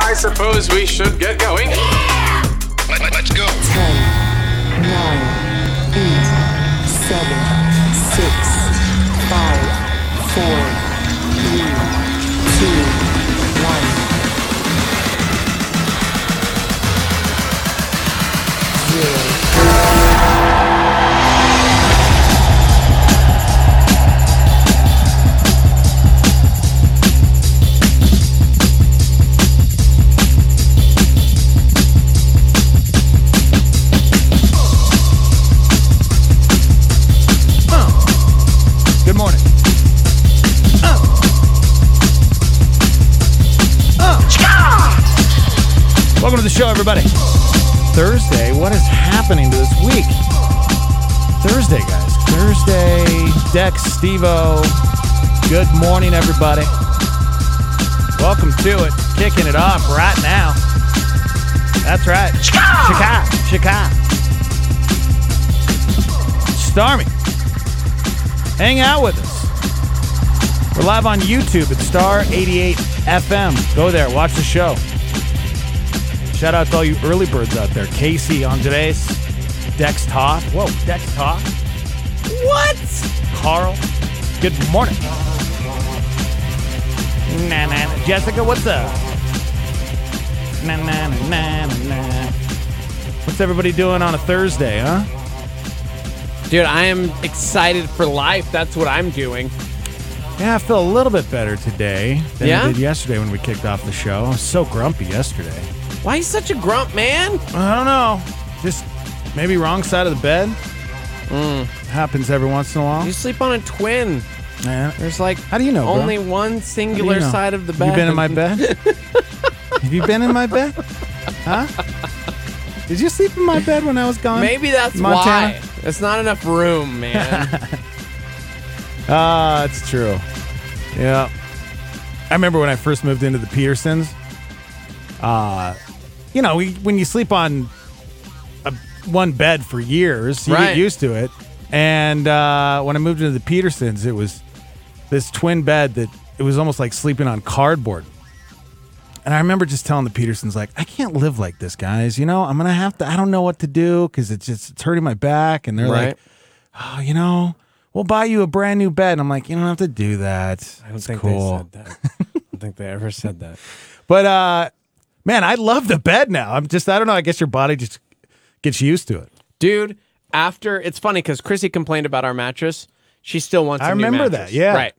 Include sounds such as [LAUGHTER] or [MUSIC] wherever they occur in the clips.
I suppose we should get going. Let, us go. 10, 9, 8, 7, 6, 5, 4, 3, 2, 1. 0. Good morning. Uh. Uh. Welcome to the show, everybody. Thursday. What is happening to this week? Thursday, guys. Thursday. Dex, Stevo. Good morning, everybody. Welcome to it. Kicking it off right now. That's right. Chicago. Chicago. Stormy hang out with us. We're live on YouTube at Star 88 FM. Go there, watch the show. Shout out to all you early birds out there. Casey on today's Dex Talk. Whoa, Dex Talk. What? Carl, good morning. Nah, nah, nah. Jessica, what's up? Nah, nah, nah, nah, nah. nah. What's everybody doing on a Thursday, huh? Dude, I am excited for life. That's what I'm doing. Yeah, I feel a little bit better today than Yeah? I did yesterday when we kicked off the show. I was so grumpy yesterday. Why you such a grump, man? I don't know. Just maybe wrong side of the bed. Mm. Happens every once in a while. You sleep on a twin. Yeah. There's like How do you know, bro? only one How do you singular know? side of the Have bed. You been in my [LAUGHS] bed? Have you been in my bed? Huh? Did you sleep in my bed when I was gone? Maybe that's Montana? why. It's not enough room, man. Ah, it's true. Yeah. I remember when I first moved into the Petersons. Uh, you know, we, when you sleep on a, one bed for years, you get Right. used to it. And uh, when I moved into the Petersons, it was this twin bed that it was almost like sleeping on cardboard. And I remember just telling the Petersons, like, I can't live like this, guys. You know, I'm gonna have to. I don't know what to do because it's just it's hurting my back. And they're like, Right. oh, you know, we'll buy you a brand new bed. And I'm like, you don't have to do that. I don't It's think cool. they said that. I don't think they ever said that. But uh, man, I love the bed now. I'm just, I don't know. I guess your body just gets used to it. Dude, after it's funny because Chrissy complained about our mattress. She still wants I a new remember that, mattress. yeah. Right.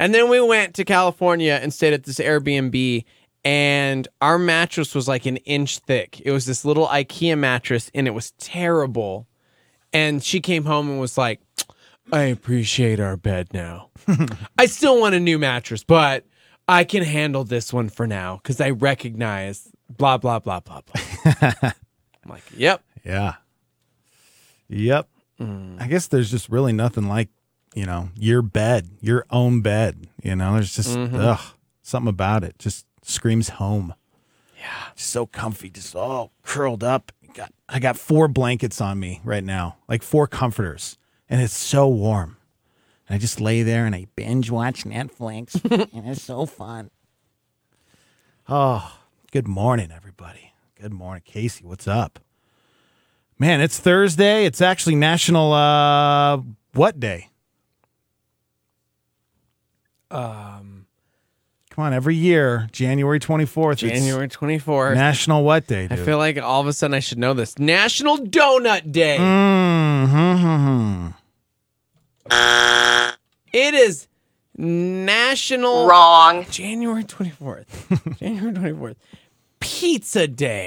And then we went to California and stayed at this Airbnb, and our mattress was like an inch thick. It was this little IKEA mattress, and it was terrible. And she came home and was like, I appreciate our bed [LAUGHS] now. I still want a new mattress, but I can handle this one for now because I recognize blah, blah, blah, blah, blah. [LAUGHS] I'm like, yep. Yeah. Yep. Mm. I guess there's just really nothing like, you know, your bed, your own bed. You know, there's just Mm-hmm. ugh, something about it just screams home. Yeah. So comfy, just all curled up. Got I got four blankets on me right now, like four comforters, and it's so warm. And I just lay there and I binge watch Netflix, and it's so fun. Oh, good morning, everybody. Good morning, Casey. What's up? Man, it's Thursday. It's actually National uh what day? Um Come on, every year, January 24th. it's January 24th. National what day, I dude? feel like all of a sudden I should know this. National Donut Day. Mm. Mhm. It is National Wrong. January 24th. [LAUGHS] January 24th. Pizza Day.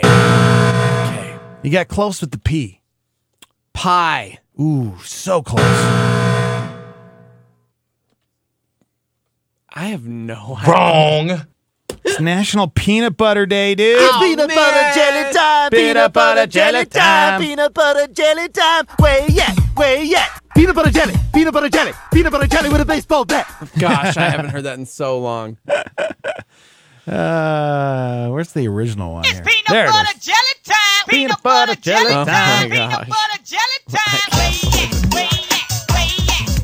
You got close with the P. Pie. Ooh, so close. I [LAUGHS] have no idea. Wrong. It's National Peanut Butter Day, dude. Oh, Peanut butter jelly time. Peanut butter jelly time. Peanut butter jelly time. Way yeah, way yeah. Peanut butter jelly, peanut butter jelly, peanut butter jelly with a baseball bat. Gosh, I haven't heard that in so long. Uh, where's the original one here? there it is. jelly time. Peanut butter [LAUGHS] jelly Oh time. my gosh. butter jelly time. Way yeah, way yeah, way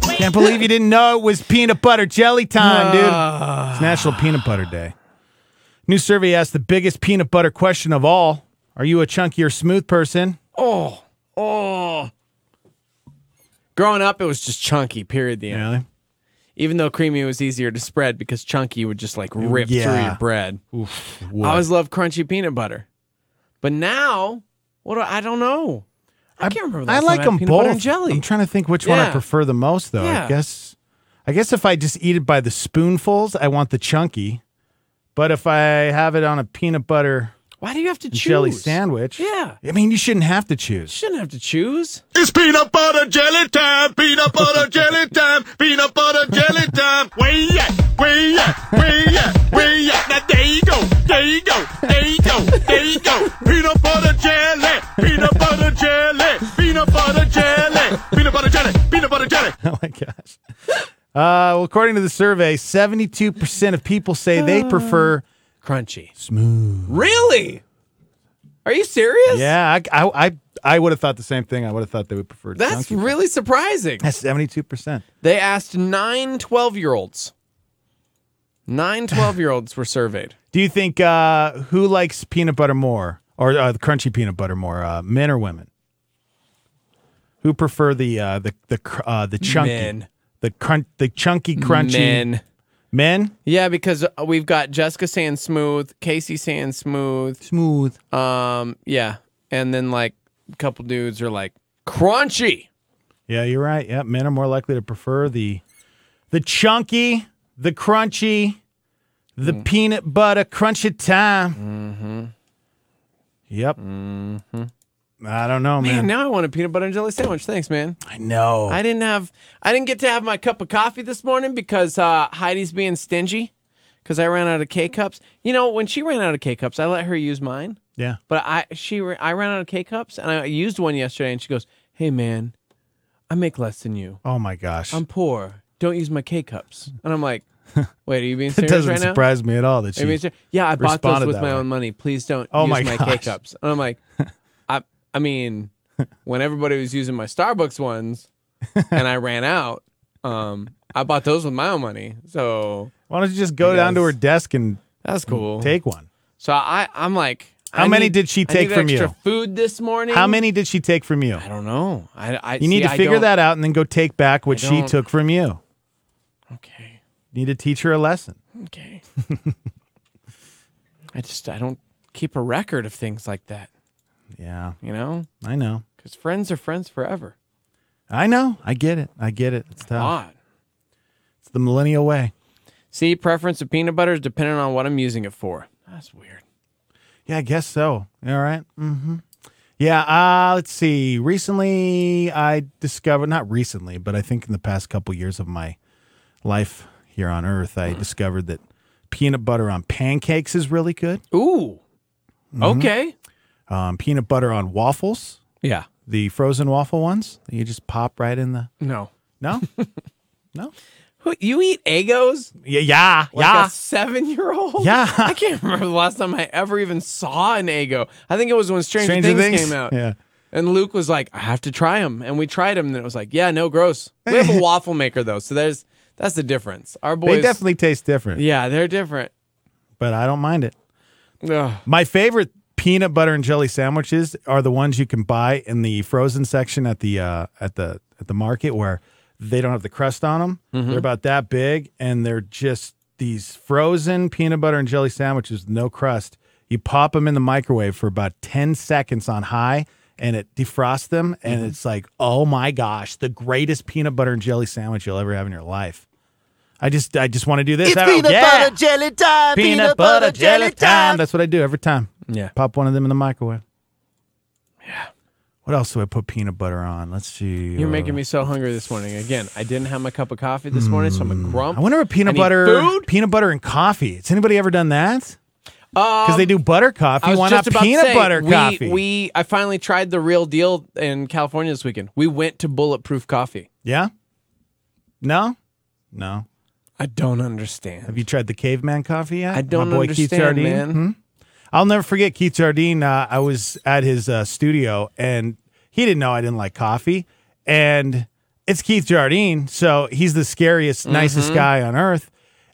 yeah, way Can't believe you didn't know it was peanut butter jelly time, dude. Uh, It's National Peanut Butter Day. New survey asked the biggest peanut butter question of all Are you a chunky or smooth person? Oh, oh. Growing up, it was just chunky, period. The end. Really? Even though creamy was easier to spread because chunky would just like rip through Yeah. your bread. Oof. I always loved crunchy peanut butter. But now, what do I, I don't know. I, can't remember. the I last time like had them peanut both. Butter and jelly. I'm trying to think which one I Yeah. prefer the most, though. I Yeah. guess, I guess if I just eat it by the spoonfuls, I want the chunky. But if I have it on a peanut butter Why do you have to choose? jelly sandwich, Yeah. I mean you shouldn't have to choose. Shouldn't have to choose. It's peanut butter jelly time, peanut butter jelly time, peanut butter jelly time. Way yeah, way yeah, way yeah, way yeah. Now there you go, there you go, there you go, there you go. Peanut butter jelly, peanut butter jelly, peanut butter jelly, peanut butter jelly, peanut butter jelly. oh [LAUGHS] my gosh. Uh, well, according to the survey, 72% of people say they prefer Crunchy. smooth. Really? Are you serious? Yeah, I, I, I, I would have thought the same thing. I would have thought they would prefer That's chunky. really surprising. That's 72%. They asked nine 12 year olds. Nine 12 year olds were surveyed. Do you think uh, who likes peanut butter more, or uh, the crunchy peanut butter more, uh, men or women? Who prefer the uh, the the cr- uh, the chunky, Men. the crunch, the chunky crunchy Men. Men? Yeah, because uh, we've got Jessica saying smooth, Casey saying smooth. smooth? Um, yeah. And then like a couple dudes are like crunchy. Yeah, you're right. Yeah, men are more likely to prefer the the chunky, the crunchy, the Mm. peanut butter crunchy time. Mm-hmm. Yep. Mm-hmm. I don't know, Mm-hmm. Man, man. now I want a peanut butter and jelly sandwich. Thanks, man. I know. I didn't have I didn't get to have my cup of coffee this morning because uh, Heidi's being stingy because I ran out of K cups. You know, when she ran out of K cups, I let her use mine. yeah. But I she ra- I ran out of K cups and I used one yesterday and she goes, "Hey man, I make less than you. Oh my gosh. I'm poor. Don't use my K cups." And [LAUGHS] I'm like, "Wait, are you being It serious doesn't right now?" surprise me at all that Are you being she. ser- yeah, I bought those responded with that my way. own money. Please don't Oh use my my, K gosh. cups. And [LAUGHS] I'm like, I I mean, when everybody was using my [LAUGHS] Starbucks ones and I ran out, um, I bought those with my own money. So Why don't you just go down to her Because- desk and that's cool. take one? So I I'm like, How I many need- did she I take need from extra you? Food this morning. How many did she take from you? I don't know. I I You need see, to I figure don't- that out and then go take back what she don't- took from you. Okay. You need to teach her a lesson. Okay. [LAUGHS] I just I don't keep a record of things like that. Yeah, You know, I know. because friends are friends forever. I know. I get it. I get it. It's tough. Odd. It's the millennial way. See, preference of peanut butter is dependent on what I'm using it for. That's weird. Yeah, I guess so. All right. Mm-hmm. Yeah. Uh, let's see. Recently, I discovered not recently, but I think in the past couple years of my life here on Earth, I discovered that peanut butter on pancakes is really good. Ooh. Mm-hmm. Okay. Um, peanut butter on waffles, Yeah. the frozen waffle ones. that You just pop right in the No. [LAUGHS] no, no. Who, you eat Egos? Yeah, yeah, Like yeah. a seven year old? Yeah. [LAUGHS] I can't remember the last time I ever even saw an Ego. I think it was when Stranger, Things, came out. Yeah. And Luke was like, I have to try them. And we tried them. And it was like, yeah, no, gross. We [LAUGHS] have a waffle maker, though. So there's that's the difference. Our boys. They definitely taste different, Yeah, they're different. but I don't mind it. Ugh. My favorite peanut butter and jelly sandwiches are the ones you can buy in the frozen section at the uh, at the at the market where they don't have the crust on them. They're about that big, and they're just these frozen peanut butter and jelly sandwiches with no crust. You pop them in the microwave for about ten seconds on high. And it defrosts them, and it's like, oh my gosh, the greatest peanut butter and jelly sandwich you'll ever have in your life. I just, I just want to do this. It's I- peanut yeah butter jelly time. Peanut, butter jelly time. that's what I do every time. Yeah. Pop one of them in the microwave. Yeah. What else do I put peanut butter on? Let's see. You're uh, making me so hungry this morning. Again, I didn't have my cup of coffee this morning, so I'm a grump. Hmm. I wonder if peanut need butter, food? Um, peanut butter and coffee. Has anybody ever done that? Because they do butter coffee. I was Why just not about to peanut say, butter we, coffee? We I finally tried the real deal in California this weekend. We went to Bulletproof Coffee. yeah. No. No. I don't Have understand. you tried the caveman coffee yet? I don't My boy Keith understand, Jardine. Hmm? man. I'll never forget Keith Jardine. Uh, I was at his uh, studio and he didn't know I didn't like coffee. And it's Keith Jardine. So he's the scariest, nicest guy on earth.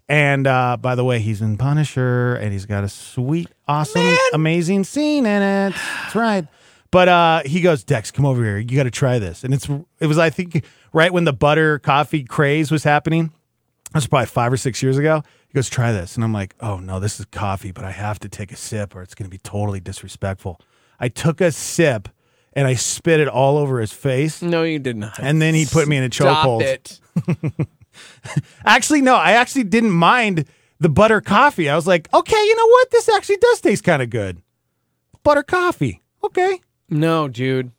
And uh, by the way, he's in Punisher, and he's got a sweet, awesome, amazing scene in it. That's right. But uh, he goes, Dex, come over here. You got to try this. And it's it was I think right when the butter coffee craze was happening. That's probably five or six years ago. He goes, try this. And I'm like, oh no, this is coffee, but I have to take a sip or it's going to be totally disrespectful. I took a sip and I spit it all over his face. No, you did not. And then he put me in a Stop chokehold. it. Actually, no, I actually didn't mind the butter coffee. I was like, okay, you know what? This actually does taste kind of good. Butter coffee. Okay. No, dude.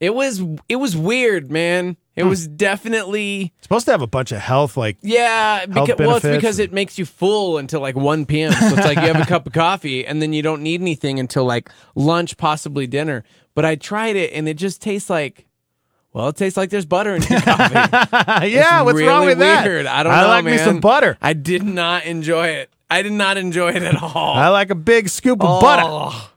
It was it was weird, man. Hmm. It was definitely It's supposed to have a bunch of health, like, [LAUGHS] yeah. Because, well, it's benefits because and- it makes you full until like one p.m. So it's like you have a [LAUGHS] cup of coffee and then you don't need anything until like lunch, possibly dinner. But I tried it and it just tastes like, well, it tastes like there's [LAUGHS] butter in your coffee. yeah, what's wrong really with that? Weird. I don't I know, like me man. some butter. I did not enjoy it. I did not enjoy it at all. I like a big scoop of butter. butter.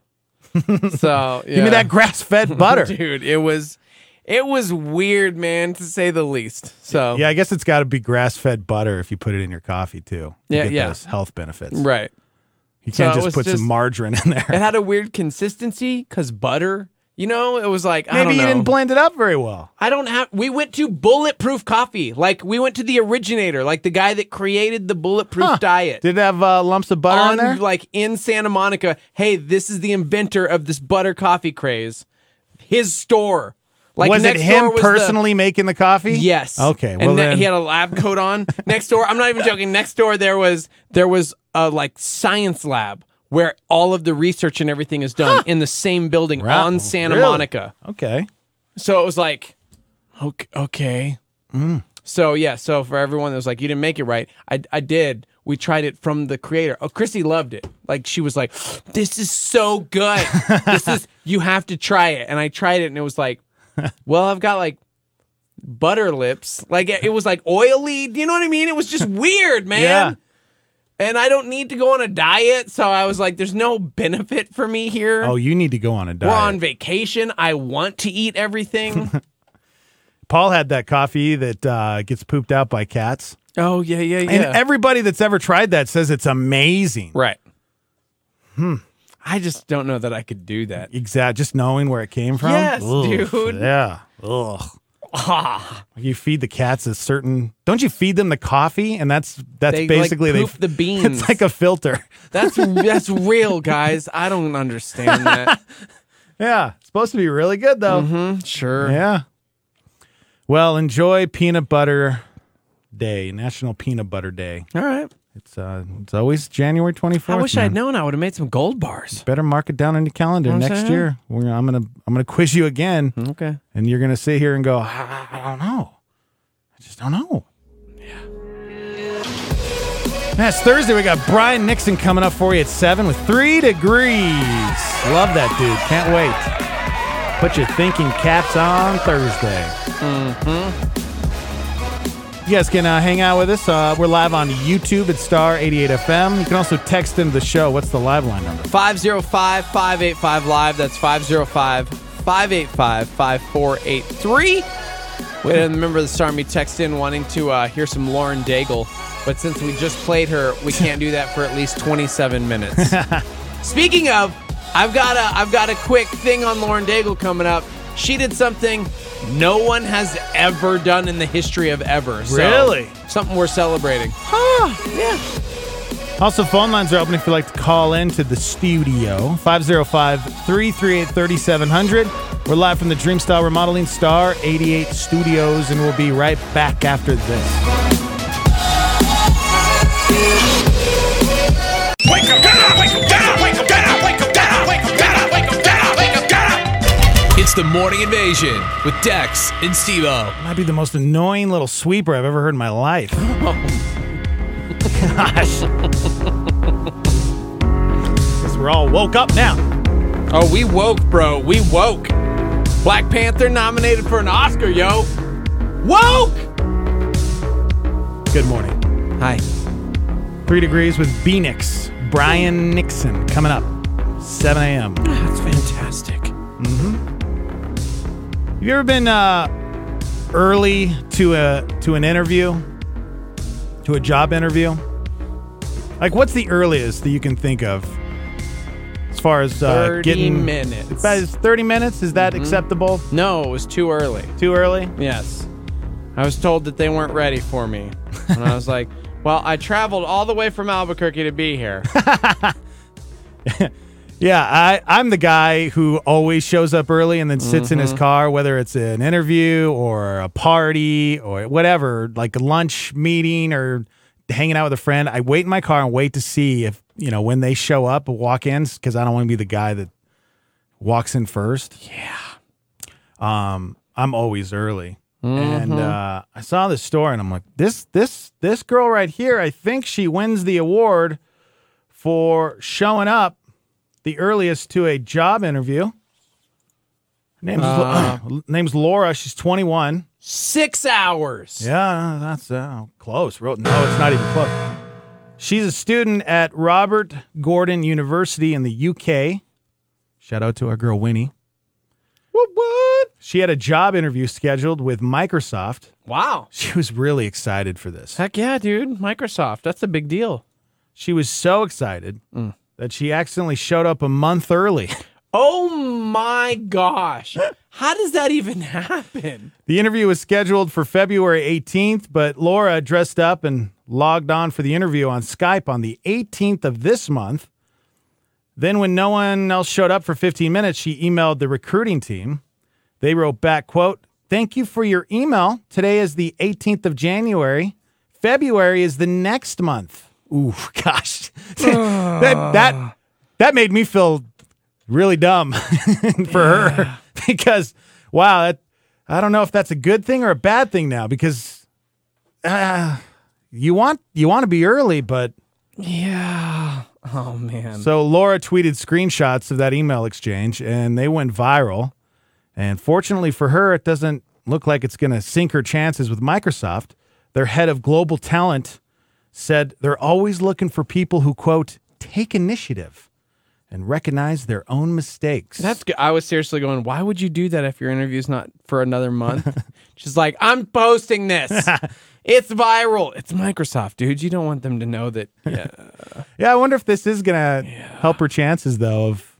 [LAUGHS] so Oh, yeah. Give me that grass [LAUGHS] fed butter. dude. It was, it was weird, man, to say the least. So Yeah, I guess it's got to be grass fed butter if you put it in your coffee too. You Yeah, get yeah. those health benefits. right. You So can't it just was put just- some margarine in It there. had a weird consistency because butter. You know, it was like I Maybe don't you know. didn't blend it up very well. I don't have. We went to bulletproof coffee. Like we went to the originator, like the guy that created the bulletproof Huh. diet. Did it have uh, lumps of butter in on there? like in Santa Monica. Hey, this is the inventor of this butter coffee craze. His store. Like was it next door him was the- personally making the coffee? yes. Okay. Well and then then, he had a lab [LAUGHS] coat on. next door, I'm not even joking. Next door there was there was a like science lab where all of the research and everything is done in the same building Right. on Santa Really? Monica. okay. So it was like, okay. okay. Mm. So yeah, so for everyone that was like, you didn't make it right, I, I did. We tried it from the creator. Oh, Chrissy loved it. Like she was like, [GASPS] this is so good. [LAUGHS] this is you have to try it. And I tried it, and it was like, well, I've got like butter lips. Like it it was like oily. Do you know what I mean? It was just weird, man. Yeah. And I don't need to go on a diet, so I was like, there's no benefit for me here. Oh, you need to go on a We're diet. on vacation. I want to eat [LAUGHS] everything. Paul had that coffee that uh, gets pooped out by cats, Oh yeah, yeah, yeah. and everybody that's ever tried that says it's amazing. right. Hmm. I just don't know that I could do that. Exact. Just knowing where it came from. Yes, dude. Ah. Yeah. Ugh. You feed the cats a certain. Don't you feed them the coffee? And that's that's They, like, basically poop they. the [LAUGHS] beans. It's like a filter. That's that's real, guys. I don't understand that. Yeah. It's supposed to be really good though. [LAUGHS] Mm-hmm. Sure. Yeah. Well, enjoy Peanut Butter Day, National Peanut Butter Day. All right. It's uh, it's always January twenty I fourth. wish I'd known. I would have made some gold bars. Better mark it down on your calendar I'm next saying. Hmm? year. We're, I'm gonna I'm gonna quiz you again, Okay. and you're gonna sit here and go, I, I don't know, I just don't know. Yeah. That's Thursday. We got Brian Nixon coming up for you at seven with three degrees. Love that dude. Can't wait. Put your thinking caps on Thursday. Mm-hmm. You guys can uh, hang out with us. Uh, we're live on YouTube at Star 88 FM. You can also text into the show. What's the live line number? 505-585 live. That's 505-585-5483. We didn't remember the star me text in wanting to uh, hear some Lauren Daigle, but since we just played her, we can't do that for at least 27 minutes. Speaking of, I've got a I've got a quick thing on Lauren Daigle coming up. She did something no one has ever done in the history of ever. So, Really? Something we're celebrating. Also, phone lines are open if you'd like to call in to the studio. 505-338-3700. We're live from the Dream Style Remodeling Star 88 Studios, and we'll be right back after this. Wake up, get up, wake up, get up, wake up, get up, wake up, get up, wake up, get up, wake up, get up, wake up, get up. It's the Morning Invasion with Dex and Stevo. Might be the most annoying little sweeper I've ever heard in my life. Gosh. Guess we're all woke up now. Oh, we woke, bro. We woke. Black Panther nominated for an Oscar, yo. Woke! Good morning. Hi. Three Degrees with Benix, Brian Nixon, coming up, 7 a.m. Ah, That's fantastic. Have you ever been uh, early to a to an interview? to a job interview? Like, what's the earliest that you can think of as far as uh, 30 getting minutes. Mm-hmm. That is Thirty minutes is that acceptable? No, it was too early. Too early? Yes. I was told that they weren't ready for me. And I was like, [LAUGHS] well, I traveled all the way from Albuquerque to be here. Yeah, I, I'm the guy who always shows up early and then sits in his car, whether it's an interview or a party or whatever, like a lunch meeting or hanging out with a friend. I wait in my car and wait to see if, you know, when they show up, walk ins, because I don't want to be the guy that walks in first. Yeah. Um, I'm always early. And uh, I saw this store and I'm like, this, this, this girl right here, I think she wins the award for showing up the earliest to a job interview. Her Name's, Uh. [LAUGHS] name's Laura. She's 21. [LAUGHS] Six hours. Yeah, that's uh, close. Real- No, it's not even close. She's a student at Robert Gordon University in the UK. Shout out to our girl Winnie. What? What? She had a job interview scheduled with Microsoft. Wow. She was really excited for this. Heck yeah, dude. Microsoft. That's a big deal. She was so excited that she accidentally showed up a month early. Oh my gosh. How does that even happen? The interview was scheduled for February 18th, but Laura dressed up and logged on for the interview on Skype on the 18th of this month. Then, when no one else showed up for 15 minutes, she emailed the recruiting team. They wrote back, quote, Thank you for your email. Today is the 18th of January. February is the next month. Ooh, [LAUGHS] gosh. that, that, that made me feel really dumb [LAUGHS] for her [LAUGHS] because, wow, that, I don't know if that's a good thing or a bad thing now because uh, you want you want to be early, but Yeah. Oh man. so Laura tweeted screenshots of that email exchange and they went viral. And fortunately for her, it doesn't look like it's going to sink her chances with Microsoft. Their head of global talent said they're always looking for people who quote take initiative and recognize their own mistakes. That's good. I was seriously going, why would you do that if your interview's not for another month? [LAUGHS] She's like, I'm posting this. it's viral. It's Microsoft, dude. You don't want them to know that yeah, yeah. I wonder if this is going to help her chances though of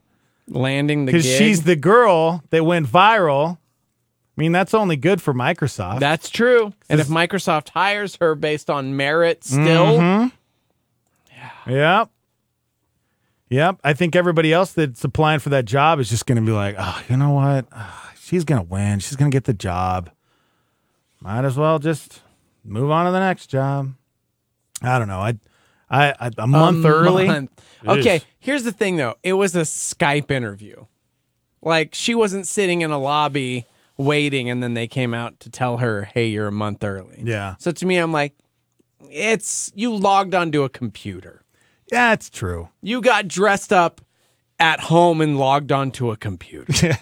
landing the gig. because she's the girl that went viral. I mean, that's only good for Microsoft. That's true. And if Microsoft hires her based on merit still, Mm-hmm. yep. Yep. I think everybody else that's applying for that job is just going to be like, oh, you know what? Ah, she's going to win. She's going to get the job. Might as well just move on to the next job. I don't know. I, I, I a month early. month. Okay, here's the thing though. It was a Skype interview. Like she wasn't sitting in a lobby waiting and then they came out to tell her, "Hey, you're a month early." Yeah. So to me, I'm like, it's you logged onto a computer. Yeah, it's true. You got dressed up at home and logged onto a computer.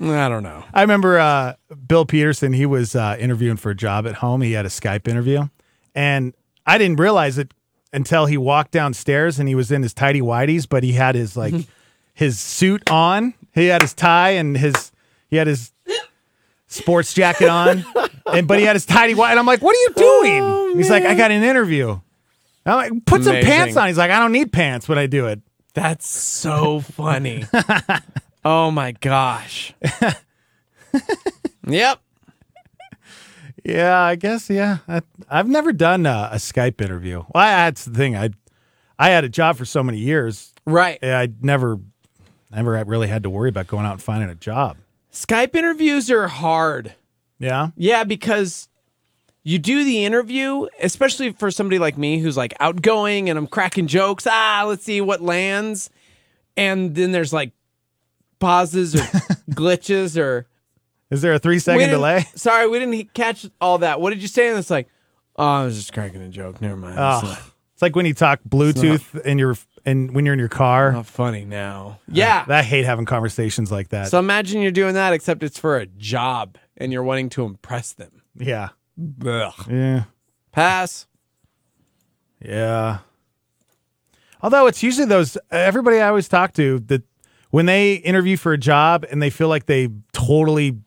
I don't know. I remember uh, Bill Peterson. He was uh, interviewing for a job at home. He had a Skype interview, and I didn't realize it until he walked downstairs and he was in his tidy whities, but he had his like his suit on. He had his tie and his he had his sports jacket on, and but he had his tidy white. And I'm like, "What are you doing?" He's like, "I got an interview." I'm like, "Put some Amazing. pants on." He's like, "I don't need pants when I do it." That's so funny. oh my gosh. yep. Yeah, I guess. Yeah, I, I've never done a, a Skype interview. Well, I, that's the thing. I I had a job for so many years. Right. yeah, I never never really had to worry about going out and finding a job. Skype interviews are hard. Yeah, Yeah, because you do the interview, especially for somebody like me who's like outgoing and I'm cracking jokes. Ah, let's see what lands. And then there's like pauses or [LAUGHS] glitches or is there a three We second didn't- delay? Sorry, we didn't he- catch all that. What did you say? And it's like, oh, I was just cracking a joke. Never mind. It's Oh, not, it's like when you talk Bluetooth and you're and when you're in your car. not funny now. Yeah. I hate having conversations like that. so imagine you're doing that, except it's for a job and you're wanting to impress them. yeah, Ugh. yeah, Pass. yeah. Although it's usually those everybody I always talk to that when they interview for a job and they feel like they totally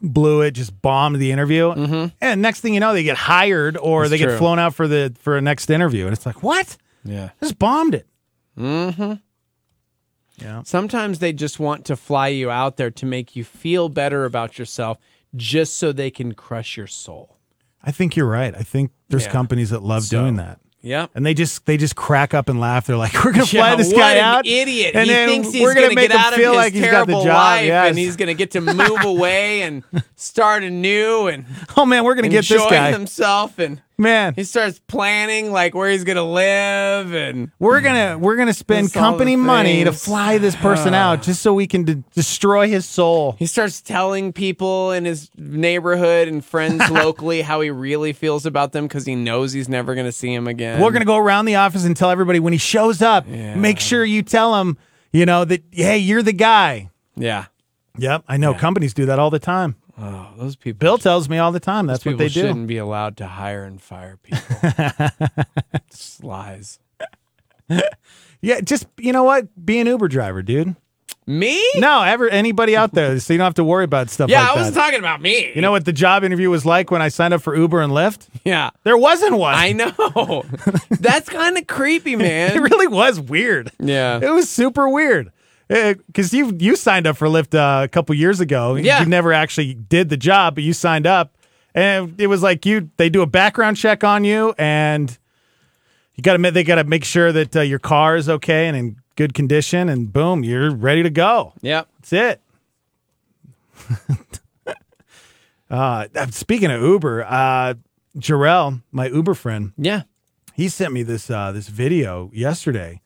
blew it, just bombed the interview. And next thing you know, they get hired or It's they Mm-hmm. true. get flown out for the for a next interview. And it's like, what? Yeah. Just bombed it. Sometimes they just want to fly you out there to make you feel better about yourself just so they can crush your soul. I think you're right. I think there's Yeah. companies that love doing that. Yep. And they just they just crack up and laugh. They're like, [LAUGHS] "We're gonna Yeah, [LAUGHS] fly this what guy an out, idiot! and he then thinks he's we're gonna, gonna, make get him out feel of like his he's got terrible the job. life, yes. and he's gonna get [LAUGHS] to move away and start anew and oh man, we're [LAUGHS] gonna get this enjoy guy, himself. And man. he starts planning like where he's gonna live and We're gonna we're gonna spend That's all the company money to things. fly this person out just so we can de- destroy his soul. He starts telling people in his neighborhood and [LAUGHS] friends locally how he really feels about them because he knows he's never going to see him again. We're gonna go around the office and tell everybody when he shows up. Make sure you tell him, you know, that hey, you're the guy. yeah, Yep, I know. Companies do that all the time. those people. Bill tells me all the time. That's people what they do. shouldn't be allowed to hire and fire [LAUGHS] people. It's lies. Yeah, just you know what? Be an Uber driver, dude. Me? No, ever anybody out there, so you don't have to worry about stuff yeah, like I was that. talking about me. you know what the job interview was like when I signed up for Uber and Lyft? Yeah, There wasn't one. I [LAUGHS] know. That's kind of creepy, it man. really was weird. Yeah. It was super weird. Because you you signed up for Lyft uh, a couple years ago. Yeah. You never actually did the job, but you signed up, and it was like you they do a background check on you, and you got to they got to make sure that uh, your car is okay and in good condition, and boom, you're ready to go. Yep. That's it. [LAUGHS] uh, speaking of Uber, uh, Jarrell, my Uber friend, Yeah. he sent me this uh, this video yesterday,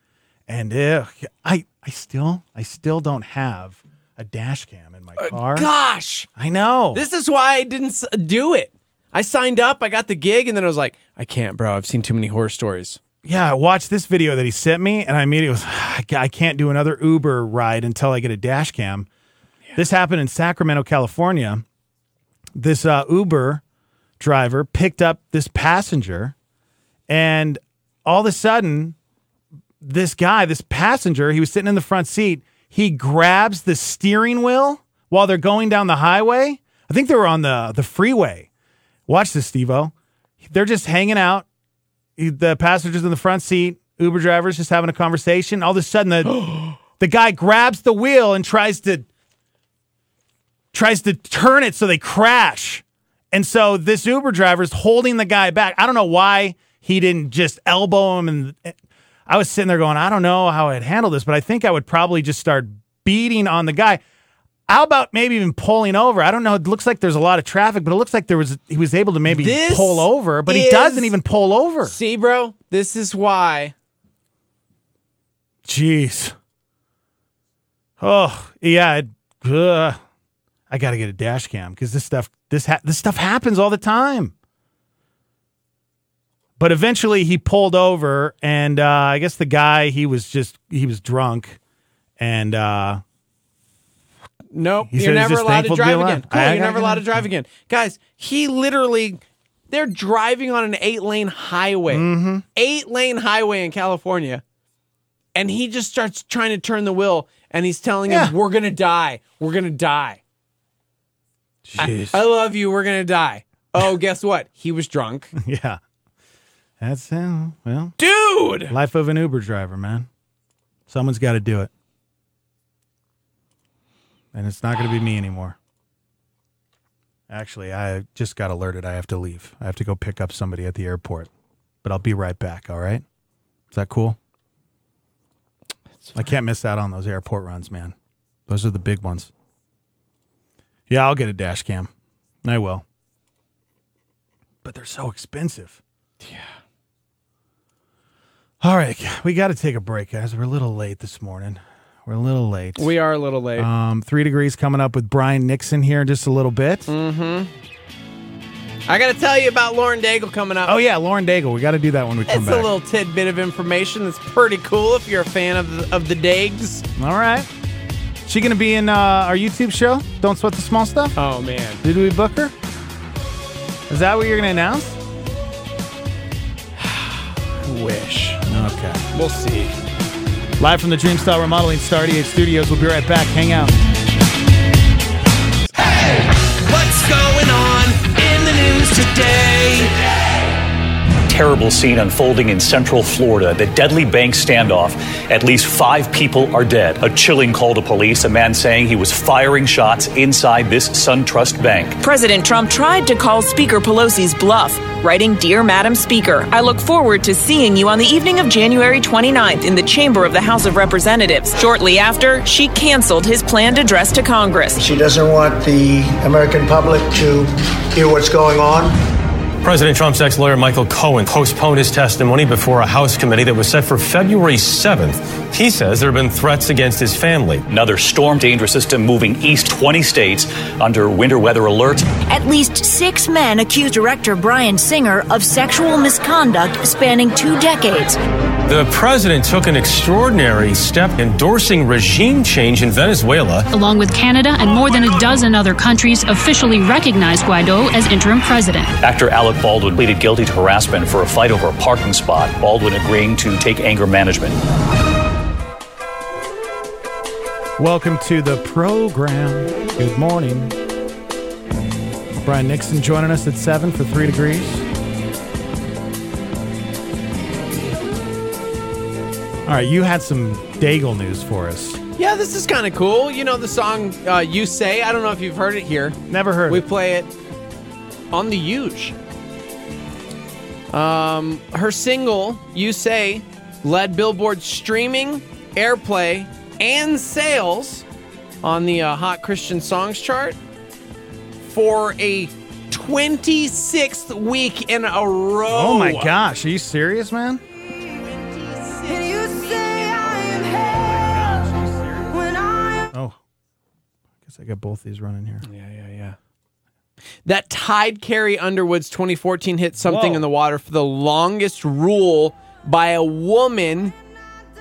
and uh, I I still I still don't have a dash cam in my car. Gosh, I know. this is why I didn't s- do it. I signed up, I got the gig, and then I was like, I can't, bro. I've seen too many horror stories. yeah, I watched this video that he sent me, and I immediately was [SIGHS] "I ca- I can't do another Uber ride until I get a dash cam. This happened in Sacramento, California. This uh, Uber driver picked up this passenger, and all of a sudden, this guy, this passenger, he was sitting in the front seat. He grabs the steering wheel while they're going down the highway. I think they were on the the freeway. Watch this, Stevo. They're just hanging out the passengers in the front seat, Uber drivers just having a conversation. All of a sudden, [GASPS] the the guy grabs the wheel and tries to tries to turn it so they crash. And so this Uber driver is holding the guy back. I don't know why he didn't just elbow him. And I was sitting there going, I don't know how I'd handle this, but I think I would probably just start beating on the guy. How about maybe even pulling over? I don't know. It looks like there's a lot of traffic, but it looks like there was he was able to maybe This pull over, but he is- doesn't even pull over. See, bro, this is why. Jeez. Oh yeah, it, ugh. I gotta get a dash cam because this stuff this ha- this stuff happens all the time. But eventually he pulled over, and uh, I guess the guy he was just he was drunk, and uh, Nope, He said you're he's never just allowed to thankful to drive be again. alive. Cool, I- I- you're never allowed I- to drive again, guys. He literally, they're driving on an eight lane highway, Mm-hmm. eight lane highway in California, and he just starts trying to turn the wheel, and he's telling Yeah. him, "We're gonna die. We're gonna die. jeez, I love you. We're gonna die." Oh, guess what? He [LAUGHS] was drunk, [LAUGHS] yeah, that's him. Well, dude. life of an Uber driver, man. Someone's got to do it, and it's not going to be me anymore. Actually, I just got alerted. I have to leave. I have to go pick up somebody at the airport, but I'll be right back. All right, is that cool? I can't miss out on those airport runs, man. Those are the big ones. Yeah, I'll get a dash cam. I will. But they're so expensive. All right, we got to take a break, guys. We're a little late this morning. We're a little late. We are a little late. um, three degrees coming up with Brian Nixon here in just a little bit. Mm. I gotta tell you about Lauren Daigle coming up. Oh yeah, Lauren Daigle. We got to do that when we come It's back. a little tidbit of information that's pretty cool if you're a fan of the, of the Dags. All right. She gonna be in uh, our YouTube show. Don't sweat the small stuff. Oh man, Did we book her? Is that what you're gonna announce? [SIGHS] wish. Okay. We'll see. Live from the Dreamstyle Remodeling Star 88 Studios. We'll be right back. Hang out. Let's What's going on in the news today? terrible scene unfolding in central Florida, the deadly bank standoff. At least five people are dead. A chilling call to police, a man saying he was firing shots inside this SunTrust bank. President Trump tried to call Speaker Pelosi's bluff, writing Dear Madam Speaker, I look forward to seeing you on the evening of January 29th in the chamber of the House of Representatives. Shortly after, she canceled his planned address to Congress. She doesn't want the American public to hear what's going on. President Trump's ex lawyer Michael Cohen postponed his testimony before a House committee that was set for February 7th. He says there have been threats against his family. Another storm danger system moving east 20 states under winter weather alert. At least six men accuse director Brian Singer of sexual misconduct spanning two decades. The president took an extraordinary step endorsing regime change in Venezuela. Along with Canada and more than a dozen other countries, officially recognized Guaido as interim president. Actor Alec Baldwin pleaded guilty to harassment for a fight over a parking spot, Baldwin agreeing to take anger management. Welcome to the program. Good morning. Brian Nixon joining us at 7 for 3 degrees. All right, you had some Daigle news for us. Yeah, this is kind of cool. You know the song uh, "You Say." I don't know if you've heard it here. Never heard We it. play it on the huge. Um, her single "You Say" led Billboard's streaming, airplay, and sales on the uh, Hot Christian Songs chart for a 26th week in a row. Oh my gosh, are you serious, man? Oh, I guess I got both these running here. Yeah, yeah, yeah. That tied Carrie Underwood's 2014 hit Something in the Water for the longest rule by a woman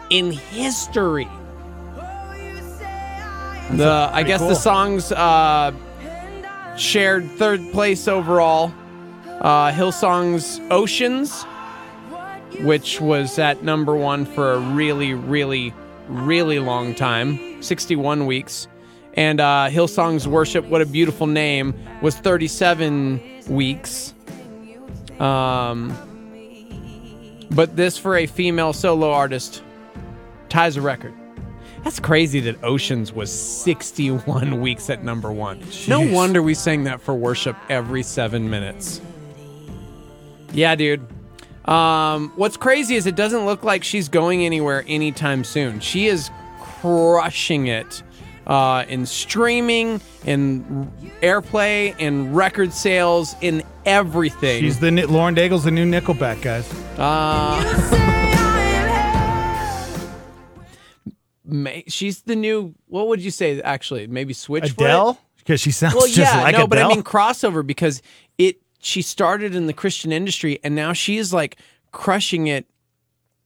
in history. The I guess the cool. song's uh, shared third place overall. Uh, Hillsong's Oceans, which was at number one for a really, really, really long time 61 weeks. And uh, Hillsong's Worship, What a Beautiful Name, was 37 weeks. Um, but this for a female solo artist ties a record. That's crazy that Oceans was 61 [LAUGHS] weeks at number one. No Jeez. wonder we sang that for worship every seven minutes. Yeah, dude. Um, what's crazy is it doesn't look like she's going anywhere anytime soon. She is crushing it uh, in streaming, in airplay, in record sales, in everything. She's the new- Lauren Daigle's the new Nickelback, guys. Ma- she's the new. What would you say? Actually, maybe Switchfoot. Adele, because she sounds Well, just yeah, like no, Adele. but I mean crossover because it. She started in the Christian industry, and now she is like crushing it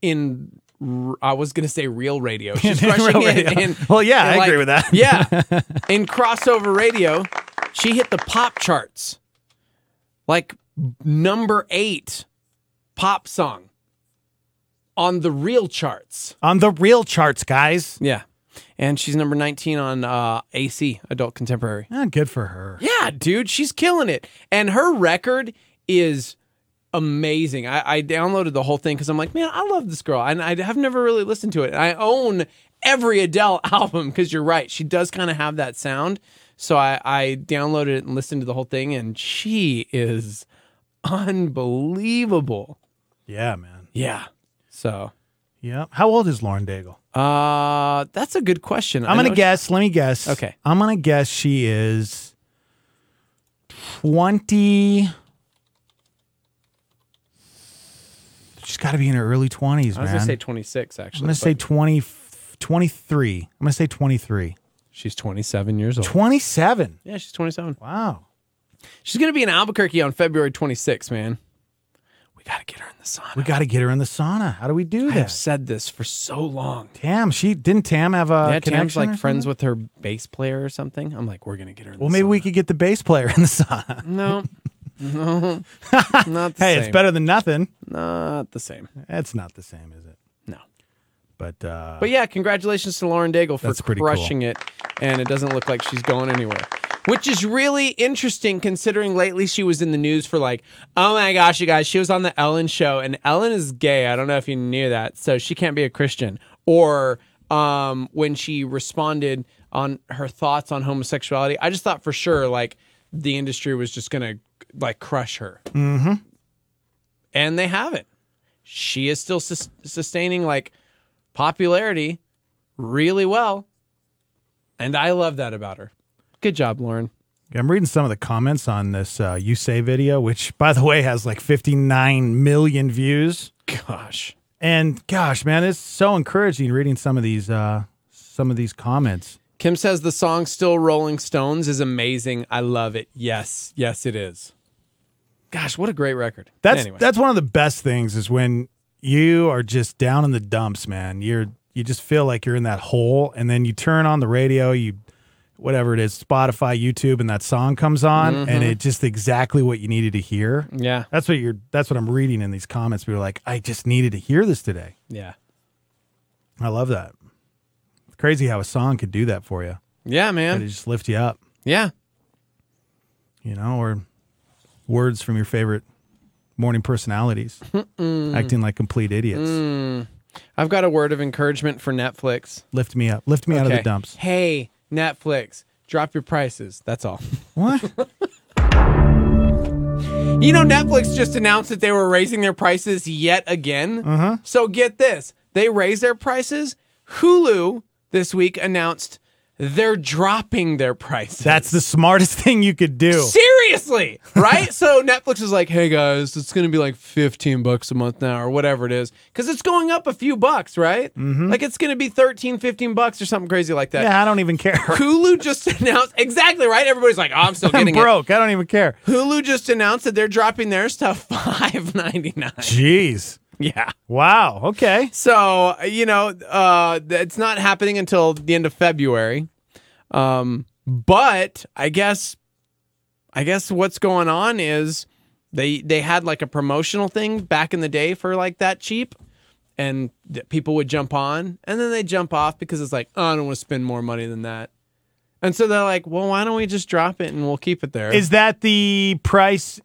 in. r- I was gonna say real radio. [LAUGHS] She's In real crushing it. radio. In, [LAUGHS] Well, yeah, in, I agree with that. [LAUGHS] yeah, in crossover radio, she hit the pop charts, like number eight pop song on the real charts. on the real charts, guys. Yeah. And she's number 19 on uh, AC, Adult Contemporary. Ah, good for her. Yeah, dude, she's killing it. And her record is amazing. I, I downloaded the whole thing because I'm like, man, I love this girl. And I have never really listened to it. And I own every Adele [LAUGHS] album because you're right. She does kind of have that sound. So I, I downloaded it and listened to the whole thing. And she is unbelievable. Yeah, man. Yeah. So Yeah. How old is Lauren Daigle? uh, that's a good question. I I'm gonna know- guess. Let me guess. Okay. I'm gonna guess she is twenty. She's got to be in her early twenties, man. I was going to say 26, actually. I'm gonna say 20, 23. I'm gonna say twenty three. She's 27 years old. Twenty seven. Yeah, she's 27. Wow. She's going to be in Albuquerque on February 26th, man. We got to get her in the sauna. We got to get her in the sauna. How do we do I've this? said this for so long. Tam, she didn't Tam have a yeah, connection Tam's like or friends something? with her bass player or something. I'm like, we're going to get her in Well, the maybe we sauna. could get the bass player in the sauna. [LAUGHS] No. No. Not the hey, same. it's better than nothing. Not the same. That's not the same, is it? No. But uh But yeah, congratulations to Lauren Daigle for That's pretty crushing it. And it doesn't look like she's going anywhere. which is really interesting considering lately she was in the news for like, oh my gosh, you guys, she was on the Ellen show and Ellen is gay. I don't know if you knew that, so she can't be a Christian. Or um, when she responded on her thoughts on homosexuality, I just thought for sure like the industry was just gonna like crush her, Mm-hmm. and they haven't. She is still sus- sustaining like popularity really well, and I love that about her. Good job, Lauren. I'm reading some of the comments on this uh, You Say video, which, by the way, has like 59 million views. Gosh. And gosh, man, it's so encouraging reading some of these uh, some of these comments. Kim says the song Still Rolling Stones is amazing. I love it. Yes, yes, it is. Gosh, what a great record. That's Anyway. that's one of the best things is when you are just down in the dumps, man. You're you just feel like you're in that hole, and then you turn on the radio, you whatever it is, Spotify, YouTube, and that song comes on, and Mhm. it's just exactly what you needed to hear. Yeah. That's what you're. That's what I'm reading in these comments. People are like, I just needed to hear this today. Yeah. I love that. It's crazy how a song could do that for you. Yeah, man. But it just lift you up. Yeah. You know, or words from your favorite morning personalities acting like complete idiots. Mm. I've got a word of encouragement for Netflix. Lift me up. Lift me out of the Okay. dumps. Hey, Netflix, drop your prices. That's all. What? [LAUGHS] you know, Netflix just announced that they were raising their prices yet again. Uh-huh. So get this they raised their prices. Hulu this week announced they're dropping their prices. That's the smartest thing you could do. [LAUGHS] Seriously, right? so Netflix is like, "Hey guys, it's going to be like 15 bucks a month now or whatever it is cuz it's going up a few bucks, right? Mhm. Like it's going to be 13, 15 bucks or something crazy like that." Yeah, I don't even care. [LAUGHS] Hulu just [LAUGHS] announced exactly, right? Everybody's like, "Oh, I'm still I'm getting it." broke. I don't even care. Hulu just announced that they're dropping their stuff [LAUGHS] 5.99. Jeez. Yeah. Wow. Okay. So, you know, uh, it's not happening until the end of February. Um, but I guess, I guess what's going on is they they had like a promotional thing back in the day for like that cheap, and th- people would jump on, and then they jump off because it's like, oh, I don't want to spend more money than that. And so they're like, well, why don't we just drop it and we'll keep it there? Is that the price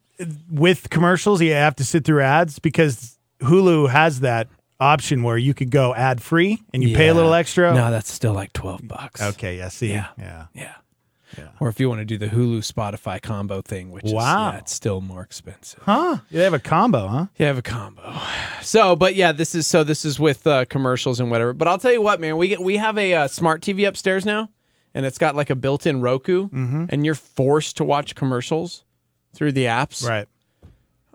with commercials? You have to sit through ads because Hulu has that option where you could go ad free and you pay a Yeah. little extra. No, that's still like 12 bucks. Okay, yeah, see. Yeah. Yeah. Yeah. Or if you want to do the Hulu Spotify combo thing, which Wow. is yeah, it's still more expensive. Huh? They have a combo, huh? You have a combo. So, but yeah, this is so this is with uh, commercials and whatever. But I'll tell you what, man, we get we have a uh, smart TV upstairs now, and it's got like a built-in Roku, Mhm. and you're forced to watch commercials through the apps. Right.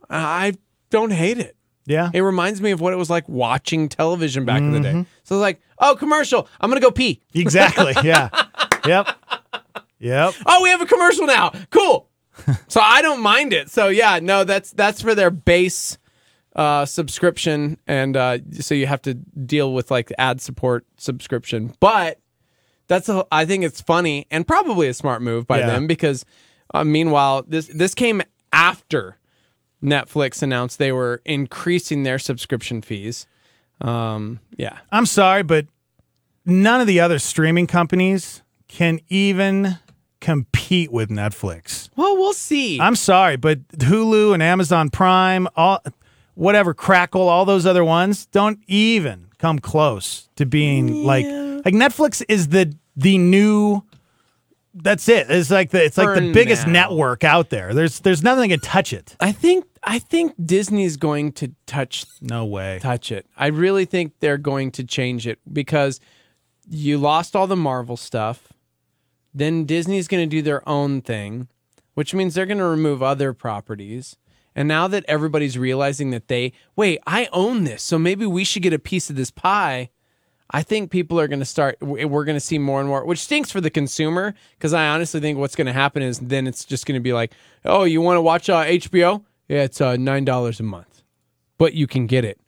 I don't hate it. Yeah. [LAUGHS] It reminds me of what it was like watching television back in the day. Mhm. So it's like, oh, commercial. I'm gonna go pee. Exactly. Yeah. yep. Yep. oh, we have a commercial now. [LAUGHS] Cool. so I don't mind it. So yeah, no, that's that's for their base uh, subscription, and uh, so you have to deal with like ad support subscription. But that's a, I think it's funny and probably a smart move by Yeah. them because uh, meanwhile this this came after Netflix announced they were increasing their subscription fees. Um, yeah. I'm sorry, but none of the other streaming companies can even compete with Netflix. Well, we'll see. I'm sorry, but Hulu and Amazon Prime, all whatever Crackle, all those other ones don't even come close to being like like Netflix is the the new that's it. It's like the it's like For the biggest now. network out there. There's there's nothing that can touch it. I think I think Disney's going to touch no way touch it. I really think they're going to change it because you lost all the Marvel stuff. Then Disney's going to do their own thing, which means they're going to remove other properties. And now that everybody's realizing that they wait, I own this, so maybe we should get a piece of this pie. I think people are going to start. w- We're going to see more and more, which stinks for the consumer because I honestly think what's going to happen is then it's just going to be like, oh, you want to watch uh, HBO? Yeah, it's uh, nine dollars a month, but you can get it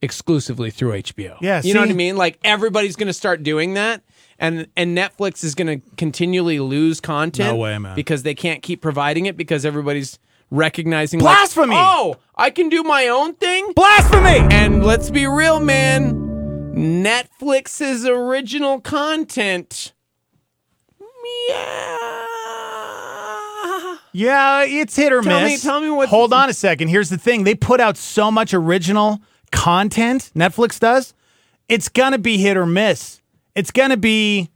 exclusively through HBO. Yeah, you know what I see? mean. Like everybody's going to start doing that, and and Netflix is going to continually lose content. No way, man. Because they can't keep providing it because everybody's recognizing like, Blasphemy! oh, I can do my own thing. Blasphemy! And let's be real, man. Netflix's original content. Yeah. Yeah, it's hit or Tell me- miss. tell me what- Hold on a second. Here's the thing: they put out so much original content. Netflix does. It's gonna be hit or miss. It's gonna be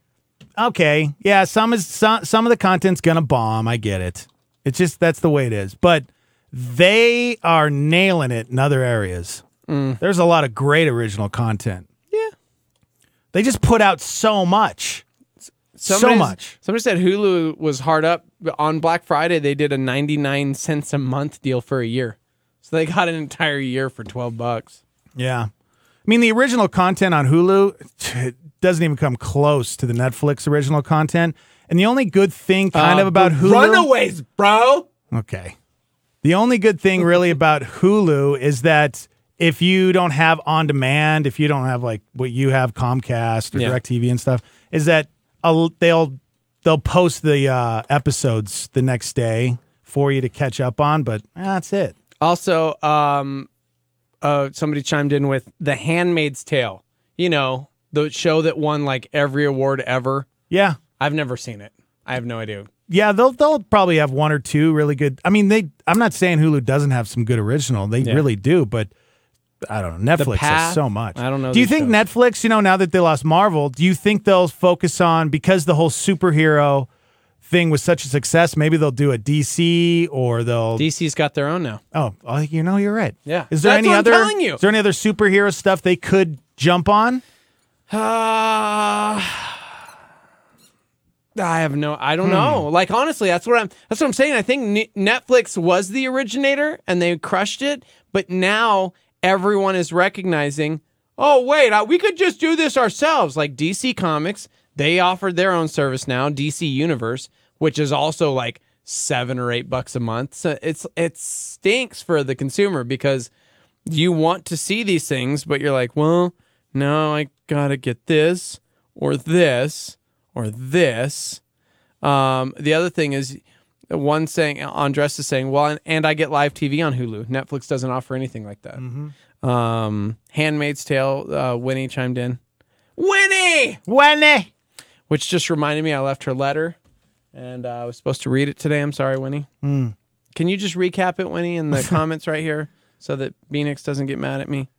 okay. Yeah, some is some, some of the content's gonna bomb. I get it. It's just that's the way it is. But they are nailing it in other areas. Mm. There's a lot of great original content. Yeah. They just put out so much. so Somebody's- much. Somebody said Hulu was hard up but on Black Friday. They did a 99 cents a month deal for a year, so they got an entire year for 12 bucks. Yeah. I mean, the original content on Hulu it doesn't even come close to the Netflix original content. And the only good thing kind Uh, of about the Hulu. Runaways, Um, bro. Okay. The only good thing really about Hulu is that if you don't have on demand, if you don't have like what you have Comcast or Yeah. DirecTV and stuff, is that uh, they'll they'll post the uh, episodes the next day for you to catch up on, but that's it. Also, um, uh, somebody chimed in with The Handmaid's Tale. You know, the show that won like every award ever. Yeah. I've never seen it. I have no idea. Yeah, they'll they'll probably have one or two really good. I mean, they. I'm not saying Hulu doesn't have some good original. They Yeah. really do, but I don't know. The Netflix Path? has so much. I don't know Do you these think Netflix? You know, now that they lost Marvel, do you think they'll focus on because the whole superhero thing was such a success? Maybe they'll do a DC or they'll. DC's got their own now. oh, oh, you know, you're right. Yeah. Is there That's any what I'm other? telling you. Is there any other superhero stuff they could jump on? Uh, I have no. I don't know. Like honestly, that's what I'm. That's what I'm saying. I think Ne- Netflix was the originator, and they crushed it. But now everyone is recognizing. Oh wait, I, we could just do this ourselves. Like DC Comics, they offered their own service now, DC Universe, which is also like seven or eight bucks a month. So it's it stinks for the consumer because you want to see these things, but you're like, well, no, I gotta get this or this or this. Um, the other thing is, one saying Andres is saying, well, and, and I get live TV on Hulu. Netflix doesn't offer anything like that. Um, Handmaid's Tale. Uh, Winnie chimed in. Winnie, Winnie, which just reminded me, I left her letter, and uh, I was supposed to read it today. I'm sorry, Winnie. Hmm. Can you just recap it, Winnie, in the comments right here so that Phoenix doesn't get mad at me?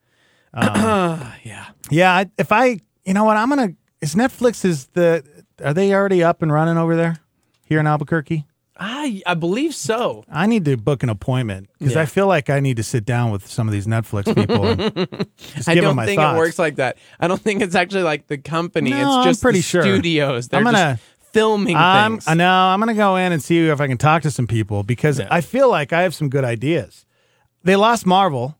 yeah. Yeah. I- If I, you know what, I'm gonna. Is Netflix is the? Are they already up and running over there here in Albuquerque? I I believe so. I need to book an appointment because Yeah. I feel like I need to sit down with some of these [LAUGHS] Netflix people. and just I give don't them my think thoughts. it works like that. I don't think it's actually like the company. No, it's I'm just pretty the sure. studios. They're I'm gonna- just filming I'm, things. I know. I'm gonna go in and see if I can talk to some people because I feel like I have some good ideas. They lost Marvel,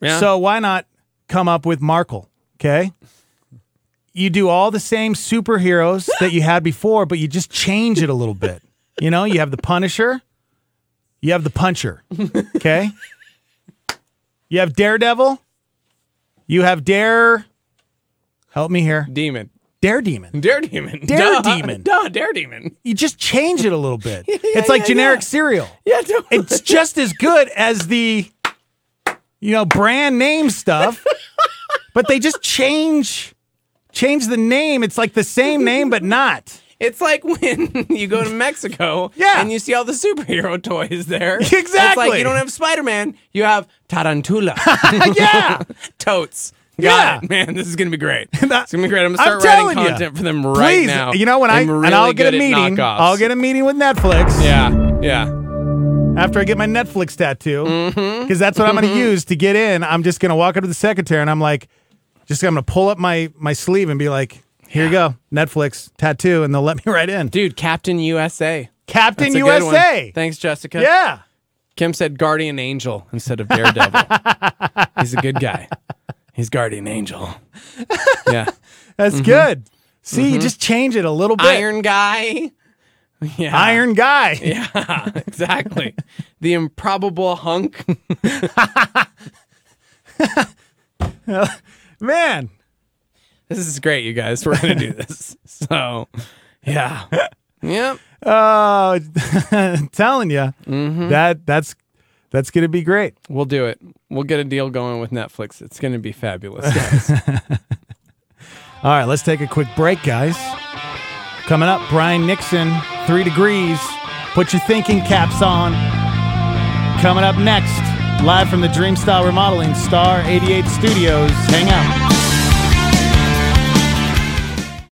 Yeah. so why not come up with Markle? Okay. You do all the same superheroes that you had before, but you just change it a little bit. You know, you have the Punisher, you have the Puncher. Okay. You have Daredevil. You have Dare. Help me here. Demon. Dare Demon. Dare Demon. Dare Duh. Demon. Duh, Dare Demon. [LAUGHS] You just change it a little bit. it's like generic cereal. Yeah, [LAUGHS] it's just as good as the, you know, brand name stuff, but they just change, change the name. It's like the same name, but [LAUGHS] not. It's like when [LAUGHS] you go to Mexico Yeah. and you see all the superhero [LAUGHS] [LAUGHS] toys there. It's like Exactly. you don't have Spider Man, you have [LAUGHS] Tarantula. yeah. Totes. Got Yeah. it. Man, this is going to [LAUGHS] be great. It's going to be great. I'm going to I'm start writing telling ya. content for them right Please, now. You know when I I'm really and I'll get good a at meeting. knockoffs. I'll get a meeting with Netflix. Yeah, yeah. After I get my Netflix tattoo, because Mm-hmm. that's what I'm going to use to get in. I'm just going to walk up to the secretary and I'm like, just I'm going to pull up my my sleeve and be like, here you go, Netflix tattoo, and they'll let me [LAUGHS] right in. Dude, Captain USA. Captain That's a good one. USA. Thanks, Jessica. Yeah. Kim said Guardian Angel instead [LAUGHS] of Daredevil. He's a good guy. He's [LAUGHS] Guardian Angel. Yeah. That's good. See, you just change it a little bit. Mm-hmm. Iron Guy. Yeah. Iron guy. [LAUGHS] Yeah, exactly. the improbable hunk. [LAUGHS] Man. This is great, you guys. We're going to [LAUGHS] do this. So, yeah. Yep. Uh, [LAUGHS] telling you Mm-hmm. that that's that's gonna be great. We'll do it. We'll get a deal going with Netflix. It's going to be fabulous, guys. All right, let's take a quick break, guys. Coming up, Brian Nixon, Three Degrees, Put your thinking caps on. Coming up next, live from the Dream Style Remodeling Star 88 Studios. Hang out.